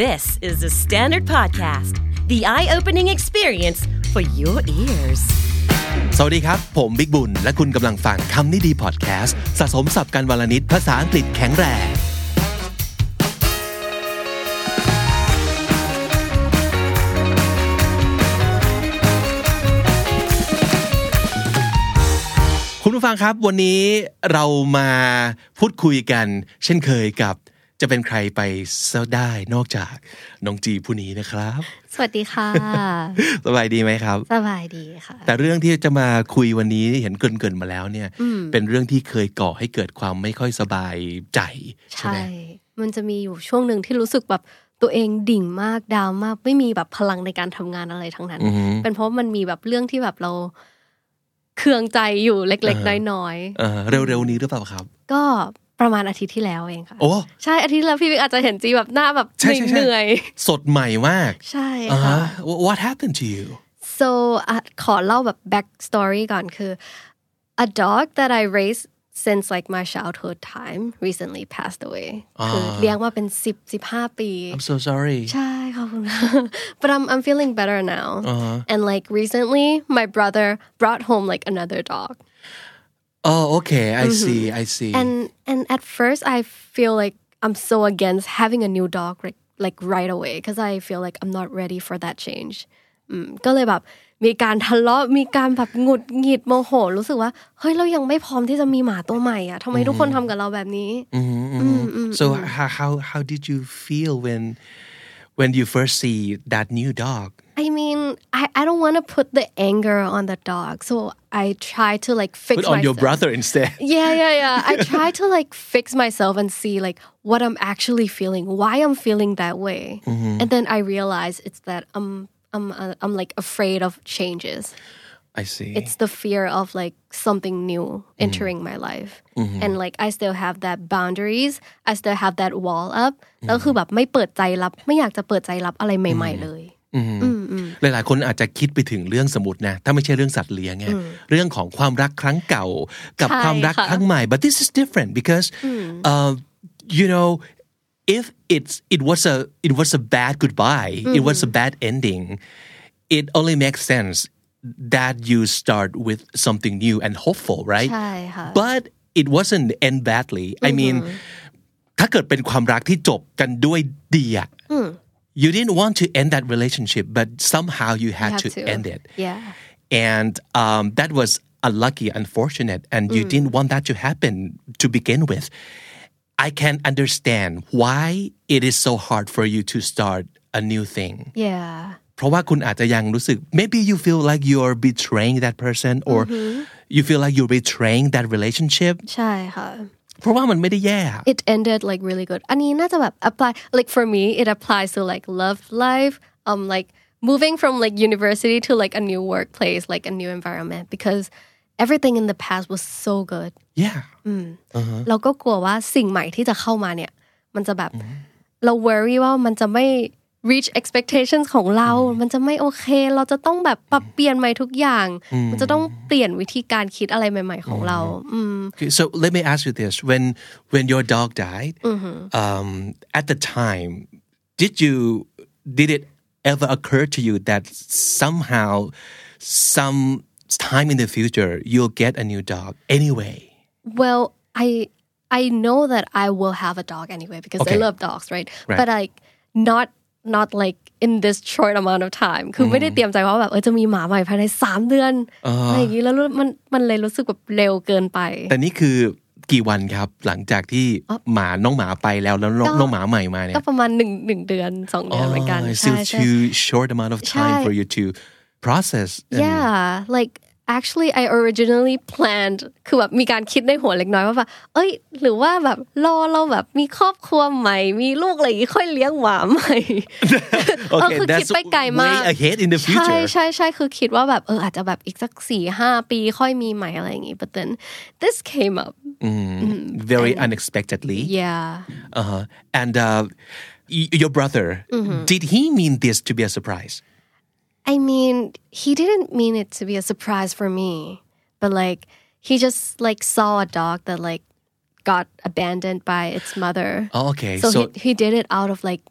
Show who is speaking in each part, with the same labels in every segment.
Speaker 1: This is the Standard Podcast, the eye opening experience for your ears.
Speaker 2: สวัสดีครับ ผมบิ๊กบุญ และคุณกำลังฟังคำนี้ดีพอดแคสต์สะสมสับการวลนิดภาษาอังกฤษแข็งแรง คุณผู้ฟังครับวันนี้เรามาพูดคุยกัน เช่นเคยกับจะเป็นใครไปเสียได้นอกจากน้องจีผู้นี้นะครับ
Speaker 3: สวัสดีค่ะ
Speaker 2: สบายดีไหมครับ
Speaker 3: สบายดีค่ะ
Speaker 2: แต่เรื่องที่จะมาคุยวันนี้เห็นเกรินๆมาแล้วเนี่ย เป็นเรื่องที่เคยก่อให้เกิดความไม่ค่อยสบายใจ ใช่
Speaker 3: ใช่
Speaker 2: ไหม
Speaker 3: มันจะมีอยู่ช่วงหนึ่งที่รู้สึกแบบตัวเองดิ่งมากดาวมาก ไม่มีแบบพลังในการทำงานอะไรทั้งนั้น
Speaker 2: อือฮึ
Speaker 3: เป็นเพราะมันมีแบบเรื่องที่แบบเราเคืองใจอยู่เล็ก
Speaker 2: อ่าฮะ
Speaker 3: ๆ น้อย
Speaker 2: เอ่อเร็วๆนี้หรือเปล่าครับ
Speaker 3: ๆ ก็ประมาณอาทิตย์ที่แล้วเองค่ะ
Speaker 2: โอ้
Speaker 3: ใช่อาทิตย์ที่แล้วพี่วิกอาจจะเห็นจีแบบหน้าแบบ
Speaker 2: ใช่ใช่ใช่
Speaker 3: เหนื่อย
Speaker 2: สดใหม่มาก
Speaker 3: ๆใช่
Speaker 2: อ่า
Speaker 3: ค่ะ
Speaker 2: ฮะ Wha- What happened to you
Speaker 3: so อ่ะขอเล่าแบบ back story ก่อนคือ a dog that I raised since like my childhood time recently passed away
Speaker 2: อ่า
Speaker 3: คือเลี้ยงมาเป็น 10 15 ปี
Speaker 2: I'm so sorry
Speaker 3: ใช่ขอบคุณ ค่ะ but I'm I'm feeling better now
Speaker 2: อ่าฮะ
Speaker 3: and like recently my brother brought home like another dog
Speaker 2: Oh okay I see I see
Speaker 3: and and at first I feel like I'm so against having a new dog like like right away because I feel like I'm not ready for that change อืมก็เลยแบบมีการทะเลาะมีการแบบหงุดหงิดโมโห รู้สึกว่า เฮ้ย เรายังไม่พร้อมที่จะมีหมาตัวใหม่อ่ะทำไมทุกคนทำกับเราแบบนี้
Speaker 2: Mhm, mhm. so how how how did you feel when when you first see that new dog
Speaker 3: I mean, I, I don't want to put the anger on the dog, so I try to like fix
Speaker 2: put on your
Speaker 3: myself.
Speaker 2: brother instead
Speaker 3: Yeah, yeah, yeah. I try to like fix myself and see like what I'm actually feeling, why I'm feeling that way, and then I realize it's that I'm I'm uh, I'm like afraid of changes.
Speaker 2: I see
Speaker 3: It's the fear of like something new entering my life, and like I still have that boundaries. I still have that wall up. แล้วคือแบบไม่เปิดใจรับไม่อยากจะเปิดใจรับอะไรใหม่ๆเลย
Speaker 2: หลายๆ คนอาจจะคิดไปถึงเรื่องสมมุดนะ ถ้าไม่ใช่เรื่องสัตว์เลี้ยงไงเรื่องของความรักครั้งเก่า กับ
Speaker 3: ใช่
Speaker 2: ความรัก
Speaker 3: ค่ะ
Speaker 2: ครั้งใหม่ but this is different because uh, you know if it's it was a it was a bad goodbye it was a bad ending it only makes sense that you start with something new and hopeful right
Speaker 3: ใช่ค่ะ
Speaker 2: but it wasn't end badly I mean ถ้าเกิดเป็นความรักที่จบกันด้วยดีอะ you didn't want to end that relationship, but somehow you had
Speaker 3: have
Speaker 2: to,
Speaker 3: to.
Speaker 2: end it.
Speaker 3: Yeah.
Speaker 2: And um, that was unlucky, unfortunate, and you didn't want that to happen to begin with. I can understand why it is so hard for you to start a new thing.
Speaker 3: Yeah.
Speaker 2: เพราะว่าคุณอาจจะยังรู้สึก maybe you feel like you're betraying that person or you feel like you're betraying that relationship
Speaker 3: ใช่ค่ะ
Speaker 2: เพราะว่ามันไม่ได้แย่อะ
Speaker 3: It ended like really good อันนี้น่าจะแบบ apply like for me it applies to like love life um like moving from like university to like a new workplace like a new environment because everything in the past was so good
Speaker 2: yeah
Speaker 3: เราก็กลัวว่าสิ่งใหม่ที่จะเข้ามาเนี่ย มันจะแบบเรา worry ว่ามันจะไม่ reach expectations ของเรา มันจะไม่โอเค เราจะต้องแบบปรับเปลี่ยนใหม่ทุกอย่าง มันจะต้องเปลี่ยนวิธีการคิดอะไรใหม่ ๆ ของเรา อืม
Speaker 2: Okay, so let me ask you this: when when your dog died, um, at the time, did you did it ever occur to you that somehow, some time in the future, you'll get a new dog anyway?
Speaker 3: Well, I I know that I will have a dog anyway because
Speaker 2: Okay.
Speaker 3: I love dogs, right?
Speaker 2: Right.
Speaker 3: But like not not like in this short amount of time คือไม่ได้เตรียมใจว่าแบบเออจะมีหมาใหม่ภายในสามเดือนอะไรอย่างนี้แล้วมันมันเลยรู้สึกแบบเร็วเกินไป
Speaker 2: แต่นี่คือกี่วันครับหลังจากที่หมาน้องหมาไปแล้วแล้วน้อง
Speaker 3: ก็
Speaker 2: น้องหมาใหม่มาเนี่
Speaker 3: ก็
Speaker 2: ย
Speaker 3: ประมาณหนึ่งหนึ่งเดือนสองเดือนเหมือนกัน
Speaker 2: Oh, it's
Speaker 3: ใช่
Speaker 2: still
Speaker 3: ใช่
Speaker 2: too short amount of time
Speaker 3: ใช่
Speaker 2: for you to process. and-
Speaker 3: Yeah, like actually I originally planned คือแบบมีการคิดในหัวเล็กน้อยว่าแบบเอ้ย หรือว่าแบบรอเราแบบมีครอบครัวใหม่ มีลูกอะไรอย่างงี้ค่อยเลี้ยงหมาใหม่ เออ
Speaker 2: Okay,
Speaker 3: คือคิด
Speaker 2: that's
Speaker 3: ไปไกลมา
Speaker 2: way
Speaker 3: ก
Speaker 2: ahead in the
Speaker 3: ใช่
Speaker 2: future.
Speaker 3: ใช่ใช่คือคิดว่าแบบเอออาจจะแบบอีกสักสี่ห้าปีค่อยมีใหม่อะไรอย่างงี้ but then this came up
Speaker 2: Very unexpectedly.
Speaker 3: yeah
Speaker 2: Uh-huh. And uh, y- your brother,
Speaker 3: Mm-hmm.
Speaker 2: did he mean this to be a surprise?
Speaker 3: I mean, he didn't mean it to be a surprise for me, but like he just like saw a dog that like got abandoned by its mother.
Speaker 2: Oh, okay.
Speaker 3: So,
Speaker 2: So-
Speaker 3: he, he did it out of like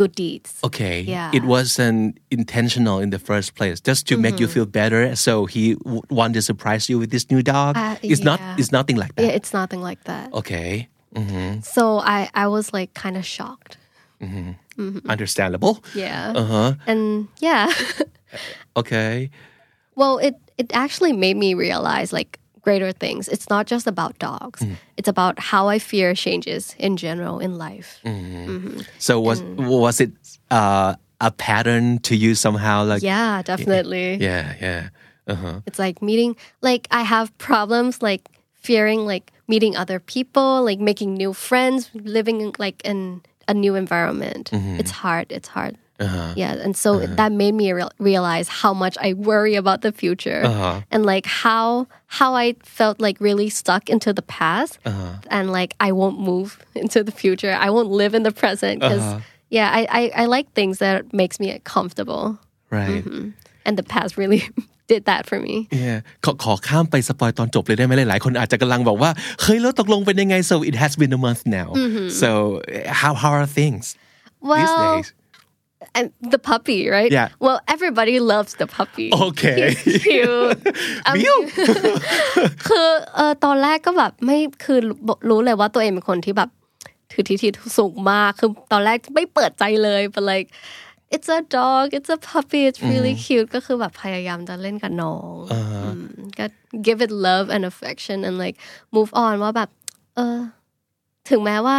Speaker 3: good deeds.
Speaker 2: Okay.
Speaker 3: Yeah.
Speaker 2: It wasn't intentional in the first place, just to make you
Speaker 3: Mm-hmm.
Speaker 2: feel better. So he w- wanted to surprise you with this new dog.
Speaker 3: Uh,
Speaker 2: it's not.
Speaker 3: yeah.
Speaker 2: It's nothing like that.
Speaker 3: Yeah, it's nothing like that.
Speaker 2: Oh. Okay.
Speaker 3: So I, I was like kind of shocked. Mm-hmm.
Speaker 2: Understandable.
Speaker 3: Yeah.
Speaker 2: Uh huh.
Speaker 3: And yeah.
Speaker 2: Okay.
Speaker 3: well, it, it actually made me realize like greater things. It's not just about dogs, it's about how I fear changes in general in life.
Speaker 2: So was was it uh, a pattern to you somehow? Like
Speaker 3: Yeah, definitely.
Speaker 2: yeah, yeah. Uh huh.
Speaker 3: It's like meeting, like, I have problems like fearing like meeting other people, like making new friends, living in, like in a new environment. It's hard. It's hard. Yeah. And so that made me real realize how much I worry about the future and like how, how I felt like really stuck into the past and like I won't move into the future. I won't live in the present because yeah, I, I, I like things that makes me comfortable.
Speaker 2: Right.
Speaker 3: Mm-hmm. And the past really did that for me.
Speaker 2: Yeah. ขอขอข้ามไปสปอยตอนจบเลยได้ไหมหลายๆคนอาจจะกำลังบอกว่าเฮ้ยแล้วตกลงเป็นยังไง so it has been a month now so how how are things these
Speaker 3: Well,
Speaker 2: days
Speaker 3: and the puppy, right?
Speaker 2: Yeah. Oh,
Speaker 3: Well, everybody loves the puppy.
Speaker 2: Okay.
Speaker 3: He's cute.
Speaker 2: วิว
Speaker 3: คือเออตอนแรกก็แบบไม่คือรู้เลยว่าตัวเองเป็นคนที่แบบถือทิฐิสูงมากคือตอนแรกไม่เปิดใจเลย but like it's a dog it's a puppy it's really cute ก็คือแบบพยายามจะเล่นกับน้องมก็ give it love and affection and like move on ว่าแบบเออถึงแม้ว่า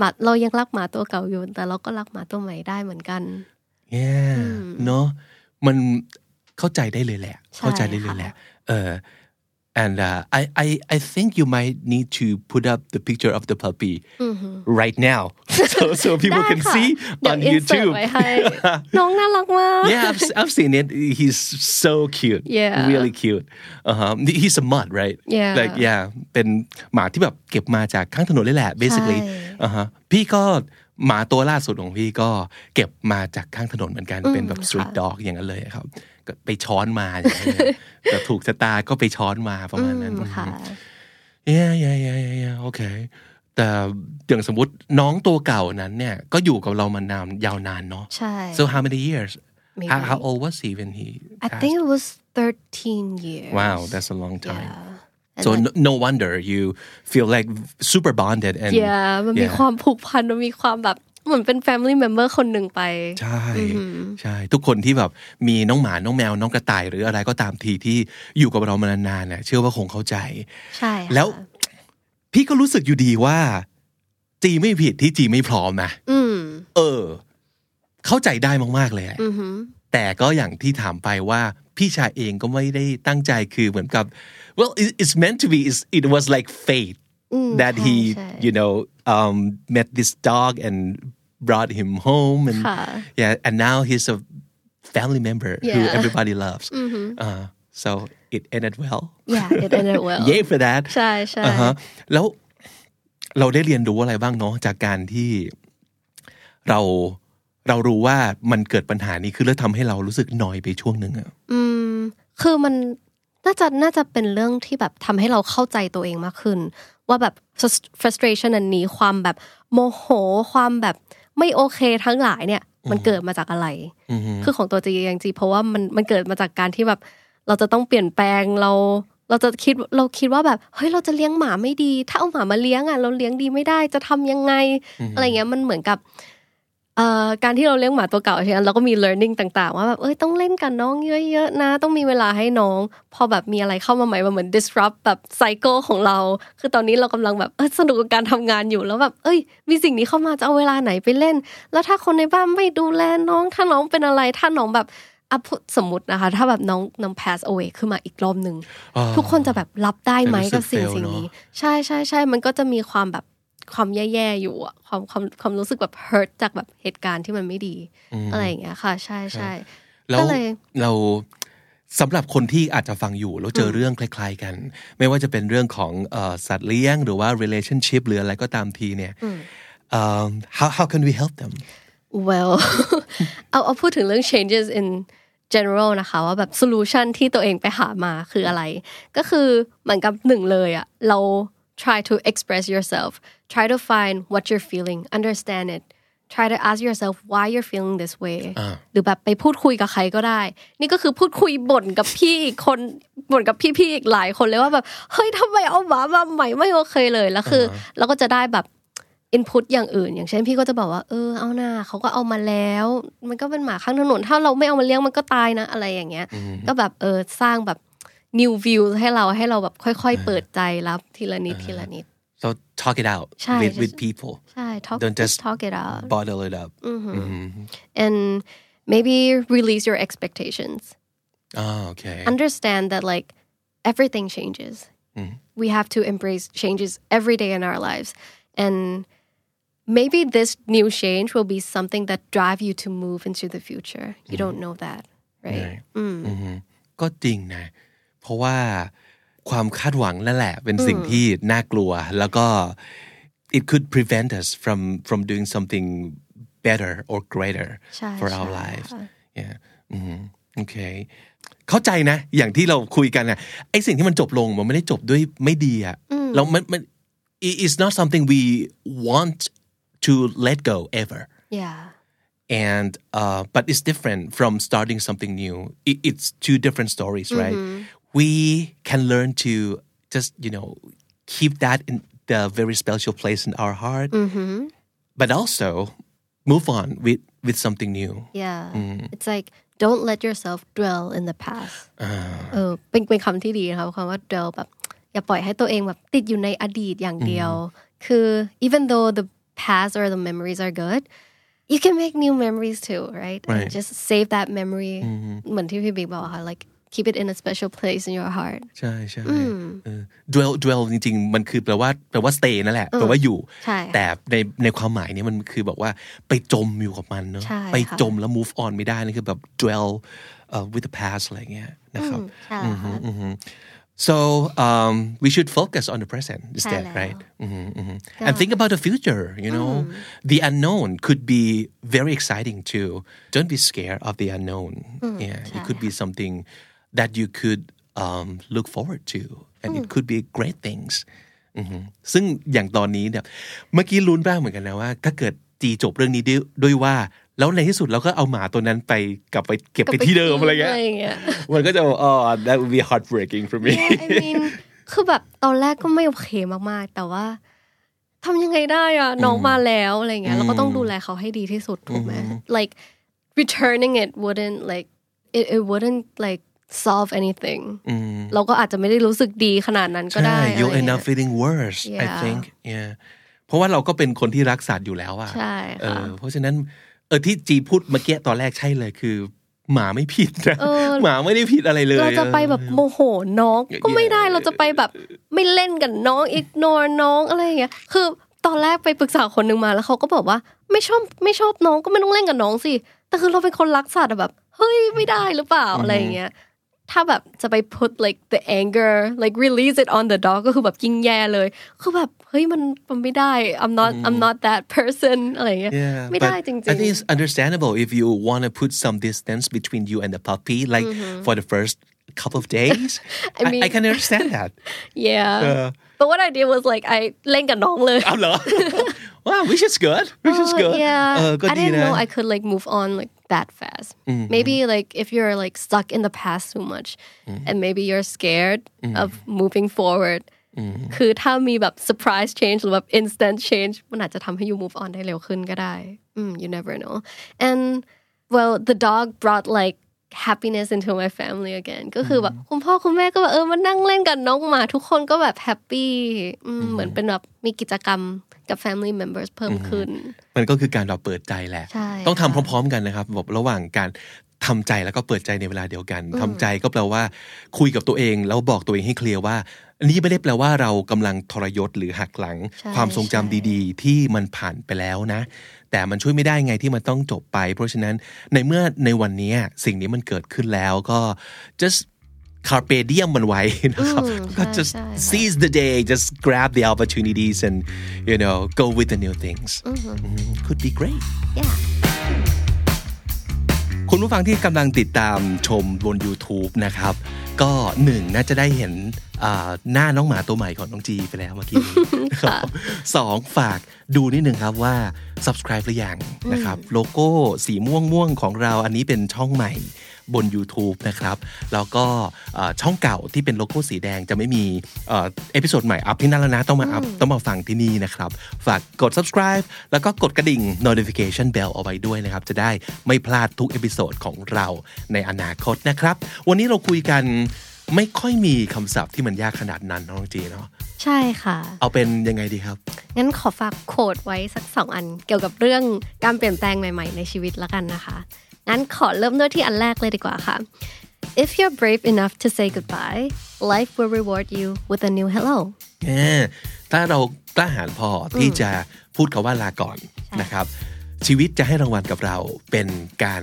Speaker 3: หมาเรายังรักหมาตัวเก่าอยู่ แต่เราก็รักหมาตัวใหม่ได้เหมือนกัน
Speaker 2: yeah เนอะมันเข้าใจได้เลยแหละ
Speaker 3: ใช่
Speaker 2: เข้าใจได้เลย
Speaker 3: ค่ะ
Speaker 2: แหละเออ and uh, I I I think you might need to put up the picture of the puppy right now so so people
Speaker 3: ได้
Speaker 2: can
Speaker 3: ค่ะ
Speaker 2: see
Speaker 3: เดี๋ยว
Speaker 2: on
Speaker 3: อินเสิร์ต
Speaker 2: YouTube
Speaker 3: ไว้ ให้ น้องน่ารักมาก
Speaker 2: yeah, I've, I've seen it. He's so cute.
Speaker 3: Yeah.
Speaker 2: Really cute. Uh-huh. He's a mutt, right?
Speaker 3: Yeah.
Speaker 2: Like yeah เป็นหมาที่แบบเก็บมาจากข้างถนนเลยแหละ basically
Speaker 3: ใช่
Speaker 2: อ่าฮะพี่ก็หมาตัวล่าสุดของพี่ก็เก็บมาจากข้างถนนเหมือนกันเป็นแบบ street dog อย่างนั้นเลยครับก็ไปช้อนมาอย่างนั้น เลยแต่ถูกชะตาก็ไปช้อนมาประมาณนั้น
Speaker 3: ค่ะ
Speaker 2: yeah yeah yeah yeah yeah okay แต่อย่างสมมติน้องตัวเก่านั้นเนี่ยก็อยู่กับเรามานานยาวนานเนาะ
Speaker 3: ใช่
Speaker 2: So how many years?
Speaker 3: Maybe.
Speaker 2: How, how old was he when he?
Speaker 3: I
Speaker 2: passed?
Speaker 3: think it was 13 years.
Speaker 2: Wow, that's a long time.
Speaker 3: Yeah.
Speaker 2: So no, no wonder you feel like super bonded and
Speaker 3: yeah มันมี
Speaker 2: Yeah.
Speaker 3: ความผูกพัน มันมีความแบบ เหมือนเป็น family member คนหนึ่งไป
Speaker 2: ใช่ใช่ทุกคนที่แบบมีน้องหมาน้องแมวน้องกระต่าย หรืออะไรก็ตามทีที่อยู่กับเรามานานๆเนี่ยเชื่อว่าคงเข้าใจ
Speaker 3: ใช่ค่ะ
Speaker 2: แล้วพี่ก็รู้สึกอยู่ดีว่า จีไม่ผิดที่จีไม่พร้อมนะ
Speaker 3: อืม
Speaker 2: เออ เข้าใจได้มากๆเลยแหละ
Speaker 3: อือหือ
Speaker 2: แต่ก็อย่างที่ถามไปว่าพี่ชายเองก็ไม่ได้ตั้งใจคือเหมือนกับ well it- it's meant to be it's, it was like fate
Speaker 3: อืม
Speaker 2: that he
Speaker 3: ใช่
Speaker 2: you know um, met this dog and brought him home and
Speaker 3: ค่ะ
Speaker 2: yeah and now he's a family member who
Speaker 3: Yeah.
Speaker 2: everybody loves uh, so it ended well
Speaker 3: yeah it ended well
Speaker 2: yay for that
Speaker 3: ใช่ใช่
Speaker 2: อ่าฮะแล้วเราได้เรียนรู้อะไรบ้างเนาะจากการที่เราเรารู้ว่ามันเกิดปัญหานี้คือแล้วทำให้เรารู้สึกนอยไปช่วงหนึ่งอะ
Speaker 3: อืมคือมันน่าจะน่าจะเป็นเรื่องที่แบบทำให้เราเข้าใจตัวเองมากขึ้น ว่าแบบ frust- frustration อันนี้ความแบบโมโห ความแบบไม่โอเคทั้งหลายเนี่ยมันเกิดมาจากอะไร คือของตัวจีเองจีเพราะว่ามันมันเกิดมาจากการที่แบบเราจะต้องเปลี่ยนแปลงเรา เราจะคิดเราคิดว่าแบบเฮ้ยเราจะเลี้ยงหมาไม่ดี ถ้าเอาหมามาเลี้ยงอ่ะเราเลี้ยงดีไม่ได้จะทำยังไง อะไรเงี้ยมันเหมือนกับ เอ่อการที่เราเลี้ยงหมาตัวเก่าใช่ไหมเราก็มี learning ต่างๆ ว่าแบบเอ้ยต้องเล่นกับน้องเยอะๆนะ ต้องมีเวลาให้น้อง พอแบบมีอะไรเข้ามาใหม่มันเหมือน disrupt แบบ cycle ของเรา คือตอนนี้เรากำลังแบบเอ้ยสนุกกับการทำงานอยู่แล้วแบบเอ้ย มีสิ่งนี้เข้ามาจะเอาเวลาไหนไปเล่น แล้วถ้าคนในบ้านไม่ดูแลน้อง ถ้าน้องเป็นอะไร ถ้าน้องแบบอ่ะพูดสมมตินะคะ ถ้าแบบน้องน้อง pass away ขึ้นมาอีกรอบหนึ่ง
Speaker 2: อ่า
Speaker 3: ทุกคนจะแบบรับได้ไหม
Speaker 2: จะรู้สึก
Speaker 3: กับสิ่ง
Speaker 2: fail
Speaker 3: สิ่ง
Speaker 2: เนอะ
Speaker 3: นี้ ใช่ใช่ใช่ มันก็จะมีความแบบความแย่ๆอยู่อะความความความรู้สึกแบบ hurt จากแบบเหตุการณ์ที่มันไม่ดี อะไรอย่างเงี้ยค่ะ ใช่ใช่
Speaker 2: แล้ว
Speaker 3: ก็เลย
Speaker 2: เราสำหรับคนที่อาจจะฟังอยู่แล้วเจอเรื่องคล้าย ๆกัน ไม่ว่าจะเป็นเรื่องของเอ่อสัตว์เลี้ยงหรือว่า relationship หรืออะไรก็ตามทีเนี่ยเอิ่ม how how can we help them
Speaker 3: well เอาเอาพูดถึงเรื่อง changes in general นะคะ ว่าแบบ solution ที่ตัวเองไปหามาคืออะไร ก็คือเหมือนกับหนึ่งเลยอะเรา try to express yourself try to find what you're feeling understand it try to ask yourself why you're feeling this way หรือแบบไปพูดคุยกับใครก็ได้ นี่ก็คือพูดคุยบ่นกับพี่อีกคนบ่นกับพี่ๆอีกหลายคนเลยว่าแบบเฮ้ยทำไมเอาหมามาใหม่ไม่โอเคเลยแล้วคือเราก็จะได้แบบ อินพุตอย่างอื่น อย่างเช่นพี่ก็จะบอกว่าเออเอาหน้าเขาก็เอามาแล้ว มันก็เป็นหมาข้างถนน ถ้าเราไม่เอามาเลี้ยงมันก็ตายนะอะไรอย่างเงี้ย ก็แบบเออสร้างแบบ new view ให้เราให้เราแบบค่อย ๆ เปิดใจรับทีละนิดทีละนิด
Speaker 2: so talk it out
Speaker 3: ใช่
Speaker 2: with with people
Speaker 3: ใช่ talk
Speaker 2: Don't
Speaker 3: just
Speaker 2: just-
Speaker 3: talk it out
Speaker 2: bottle it up
Speaker 3: and maybe release your expectations
Speaker 2: oh okay
Speaker 3: understand that like everything changes we have to embrace changes every day in our lives and maybe this new change will be something that drive you to move into the future you don't know that right
Speaker 2: ก็จริงนะ เพราะว่าความคาดหวังนั่นแหละ เป็นสิ่งที่น่ากลัว แล้วก็ it could prevent us from from doing something better or greater
Speaker 3: ใช่
Speaker 2: for our lives yeah อืมโอเค เข้าใจนะ อย่างที่เราคุยกันนะไอสิ่งที่มันจบลงมันไม่ได้จบด้วยไม่ดีอะแล้วมันมัน it- it's not something we want to let go ever
Speaker 3: yeah
Speaker 2: and uh, but it's different from starting something new it, it's two different stories
Speaker 3: Mm-hmm.
Speaker 2: right we can learn to just you know keep that in the very special place in our heart
Speaker 3: Mm-hmm.
Speaker 2: but also move on with with something new
Speaker 3: Yeah.
Speaker 2: Mm.
Speaker 3: It's like don't let yourself dwell in the past เออ
Speaker 2: Ah.
Speaker 3: เป็นเป็นคำที่ดีนะคะคำว่า dwell แบบอย่าปล่อยให้ตัวเองแบบติดอยู่ในอดีตอย่างเดียว คือ even though the past or the memories are good you can make new memories too right, And
Speaker 2: Right. Mm-hmm.
Speaker 3: just save that memory เหมือนที่พี่บิ๊กบอกอะค่ะ like keep it in a special place in your heart
Speaker 2: ใช่ใช่เออ dwell dwell จริงๆ มันคือแปลว่าแปลว่า stay นั่นแหละแปลว่าอยู่
Speaker 3: ใช่ค่ะ
Speaker 2: แต่ในในความหมายเนี้มันคือแบบว่าไปจมอยู่กับมันเนาะ
Speaker 3: ใช่ค่ะ
Speaker 2: ไปจมแล้ว move on ไม่ได้นั่นคือแบบ dwell เอ่อ with the past อะไรเงี้ยนะครับ
Speaker 3: ใช่ค่ะ
Speaker 2: So um, we should focus on the present instead,
Speaker 3: Hello.
Speaker 2: right? Mhm, mhm. And think about the future. You know, the unknown could be very exciting too. Don't be scared of the unknown. yeah, it could be something that you could um, look forward to, and it could be great things. อือฮึซึ่งอย่างตอนนี้เนี่ยเมื่อกี้ลุ้นบ้างเหมือนกันนะว่า ถ้าเกิดจีจบเรื่องนี้ด้วยด้วยว่า แล้วในที่สุดเราก็เอาหมาตัวนั้นไปกลับไปเก็บไปที่เดิมอะไรเงี้ย
Speaker 3: งี้ย
Speaker 2: มันก็จะแบบอ๋อ that would be heartbreaking for me
Speaker 3: I mean คือแบบตอนแรกก็ไม่โอเคมากๆ แต่ว่าทำยังไงได้อะน้องมาแล้วอะไรเงี้ยเราก็ต้องดูแลเขาให้ดีที่สุดถูกไหม like returning it wouldn't like it it wouldn't like solve anything เราก็อาจจะไม่ได้รู้สึกดีขนาดนั้นก็ได้อะไร
Speaker 2: you
Speaker 3: เงี้ย
Speaker 2: end up feeling worse I
Speaker 3: Yeah.
Speaker 2: think yeah เพราะว่าเราก็เป็นคนที่รักสัตว์อยู่แล้วอะ
Speaker 3: ใช่
Speaker 2: เอ
Speaker 3: ค่ะ
Speaker 2: อเพราะฉะนั้นเออที่จีพูดเมื่อกี้ตอนแรกใช่เลยคือ หมาไม่ผิดนะ
Speaker 3: เออ
Speaker 2: หมาไม่ได้ผิดอะไรเลย
Speaker 3: เราจะไปแบบโมโหน้องก็ไม่ได้เราจะไปแบบไม่เล่นกับน้อง ignore น้องอะไรอย่างเงี้ยคือตอนแรกไปปรึกษาคนหนึ่งมาแล้วเขาก็บอกว่าไม่ชอบไม่ชอบน้องก็ไม่ต้องเล่นกับน้องสิแต่คือเราเป็นคนรักสัตว์อะแบบเฮ้ยไม่ได้หรือเปล่าอะไรอย่างเงี้ยถ้าแบบจะไป put like the anger like release it on the dog ก็คือแบบยิ่งแย่เลยคือแบบเฮ้ยมันมันไม่ได้ I'm not I'm not that person อะไรอย่างเงี้ย
Speaker 2: Yeah,
Speaker 3: ไม่ได้
Speaker 2: but
Speaker 3: จริง
Speaker 2: I think
Speaker 3: ๆ
Speaker 2: it's understandable if you want to put some distance between you and the puppy, like for the first couple of days. I,
Speaker 3: mean-
Speaker 2: I can understand that.
Speaker 3: yeah but what I did was like I เล่นกับน้องเลย
Speaker 2: เอาเหรอ wow, which is good, which is
Speaker 3: Oh,
Speaker 2: good.
Speaker 3: Yeah.
Speaker 2: เออก็
Speaker 3: I
Speaker 2: ดี
Speaker 3: didn't
Speaker 2: นะ
Speaker 3: know I could like move on like that fast.
Speaker 2: Mm-hmm.
Speaker 3: Maybe like if you're like stuck in the past too much
Speaker 2: Mm-hmm.
Speaker 3: and maybe you're scared of moving forward.
Speaker 2: Mm-hmm.
Speaker 3: คือถ้ามีแบบ surprise change หรือแบบ instant change มันอาจจะทำให้ you move on ได้เร็วขึ้นก็ได้อืม you never know and well the dog brought like happiness into my family again ก็คือ
Speaker 2: Mm-hmm.
Speaker 3: แบบคุณพ่อคุณแม่ก็แบบเออมานั่งเล่นกับน้องหมาทุกคนก็แบบ happy อื
Speaker 2: Mm-hmm.
Speaker 3: มเหมือนเป็นแบบมีกิจกรรมกับ family members เพิ่มขึ้น
Speaker 2: มันก็คือการเราเปิดใจแหละ
Speaker 3: ใช่
Speaker 2: ต้องทำ
Speaker 3: ค่ะ
Speaker 2: พร้อมๆกันนะครับแบบระหว่างการทำใจแล้วก็เปิดใจในเวลาเดียวกันทำใจก็แปลว่า คุยกับตัวเองแล้วบอกตัวเองให้เคลียร์ว่า นี่ไม่ได้แปลว่าเรากำลังทรยศหรือหักหลัง
Speaker 3: ใช่
Speaker 2: ความทรงจำ
Speaker 3: ใช่
Speaker 2: ดีๆ ที่มันผ่านไปแล้วนะ แต่มันช่วยไม่ได้ไงที่มันต้องจบไป เพราะฉะนั้นในเมื่อในวันนี้สิ่งนี้มันเกิดขึ้นแล้วก็ just carpe diem มันไว้นะครับก็ just
Speaker 3: ใช่ค่ะ
Speaker 2: seize the day just grab the opportunities and you know go with the new things Mhm. could be great
Speaker 3: Yeah.
Speaker 2: คุณผู้ฟังที่กำลังติดตามชมบน YouTube นะครับ ก็หนึ่งน่าจะได้เห็น อ่าหน้าน้องหมาตัวใหม่ของน้องจีไปแล้วเมื่อกี้นี้ นะครับสองฝากดูนิดนึงครับว่า subscribe หรือยังนะครับ โลโก้สีม่วงม่วงๆของเราอันนี้เป็นช่องใหม่บน YouTube นะครับ แล้วก็เอ่อช่องเก่าที่เป็นโลโก้สีแดงจะไม่มีเอ่อเอพิโซดใหม่อัพที่นั่นแล้วนะ ต้องมาอัพต้องมาฟังที่นี่นะครับ ฝากกด subscribe แล้วก็กดกระดิ่ง notification bell เอาไว้ด้วยนะครับ จะได้ไม่พลาดทุกเอพิโซดของเราในอนาคตนะครับ วันนี้เราคุยกันไม่ค่อยมีคำศัพท์ที่มันยากขนาดนั้นน้องจีเนาะ
Speaker 3: ใช่ค่ะ
Speaker 2: เอาเป็นยังไงดีครับ
Speaker 3: งั้นขอฝากโคดไว้สักสองอัน เกี่ยวกับเรื่องการเปลี่ยนแปลงใหม่ ๆ ในชีวิตละกันนะคะ งั้นขอเริ่มด้วยที่อันแรกเลยดีกว่าค่ะ If you're brave enough to say goodbye life will reward you with a new hello
Speaker 2: แน่ถ้าเรากล้าหาญพอที่จะพูดคาว่าลาก่อนนะครับ ชีวิตจะให้รางวัลกับเราเป็นการ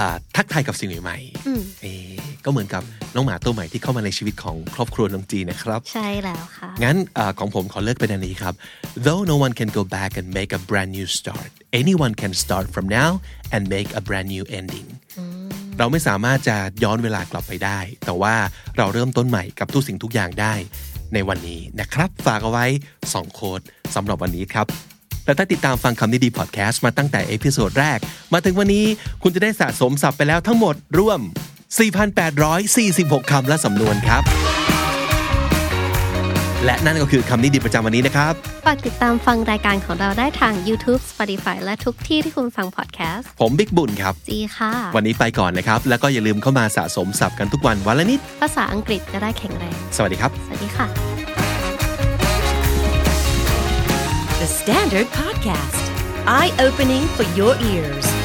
Speaker 2: อ่าทักทายกับสิ่งใหม่ๆเอ่อก็เหมือนกับน้องหมาตัวใหม่ที่เข้ามาในชีวิตของครอบครัวน้องจีนะครับ
Speaker 3: ใช่แล้วค่ะ
Speaker 2: งั้นอ่าของผมขอเลือกเป็นอันนี้ครับ though no one can go back and make a brand new start anyone can start from now and make a brand new ending เราไม่สามารถจะย้อนเวลากลับไปได้ แต่ว่าเราเริ่มต้นใหม่กับทุกสิ่งทุกอย่างได้ในวันนี้นะครับ ฝากเอาไว้ 2 โค้ดสำหรับวันนี้ครับ และถ้าติดตามฟังคำนี้ดีพอดแคสต์มาตั้งแต่เอพิโซดแรก มาถึงวันนี้คุณจะได้สะสมศัพท์ไปแล้วทั้งหมดรวม 4,846 คำและสำนวนครับ และนั่นก็คือคำนี้ดีประจำวันนี้นะครับ
Speaker 3: ฝากติดตามฟังรายการของเราได้ทาง YouTube Spotify และทุกที่ที่คุณฟัง podcast
Speaker 2: ผมบิ๊กบุญครับ
Speaker 3: จีค่ะ
Speaker 2: วันนี้ไปก่อนนะครับ แล้วก็อย่าลืมเข้ามาสะสมศัพท์กันทุกวันวันละนิด
Speaker 3: ภาษาอังกฤษจะได้แข็งแรง
Speaker 2: สวัสดีครับ
Speaker 3: สวัสดีค่ะ
Speaker 1: The Standard Podcast, eye opening for your ears.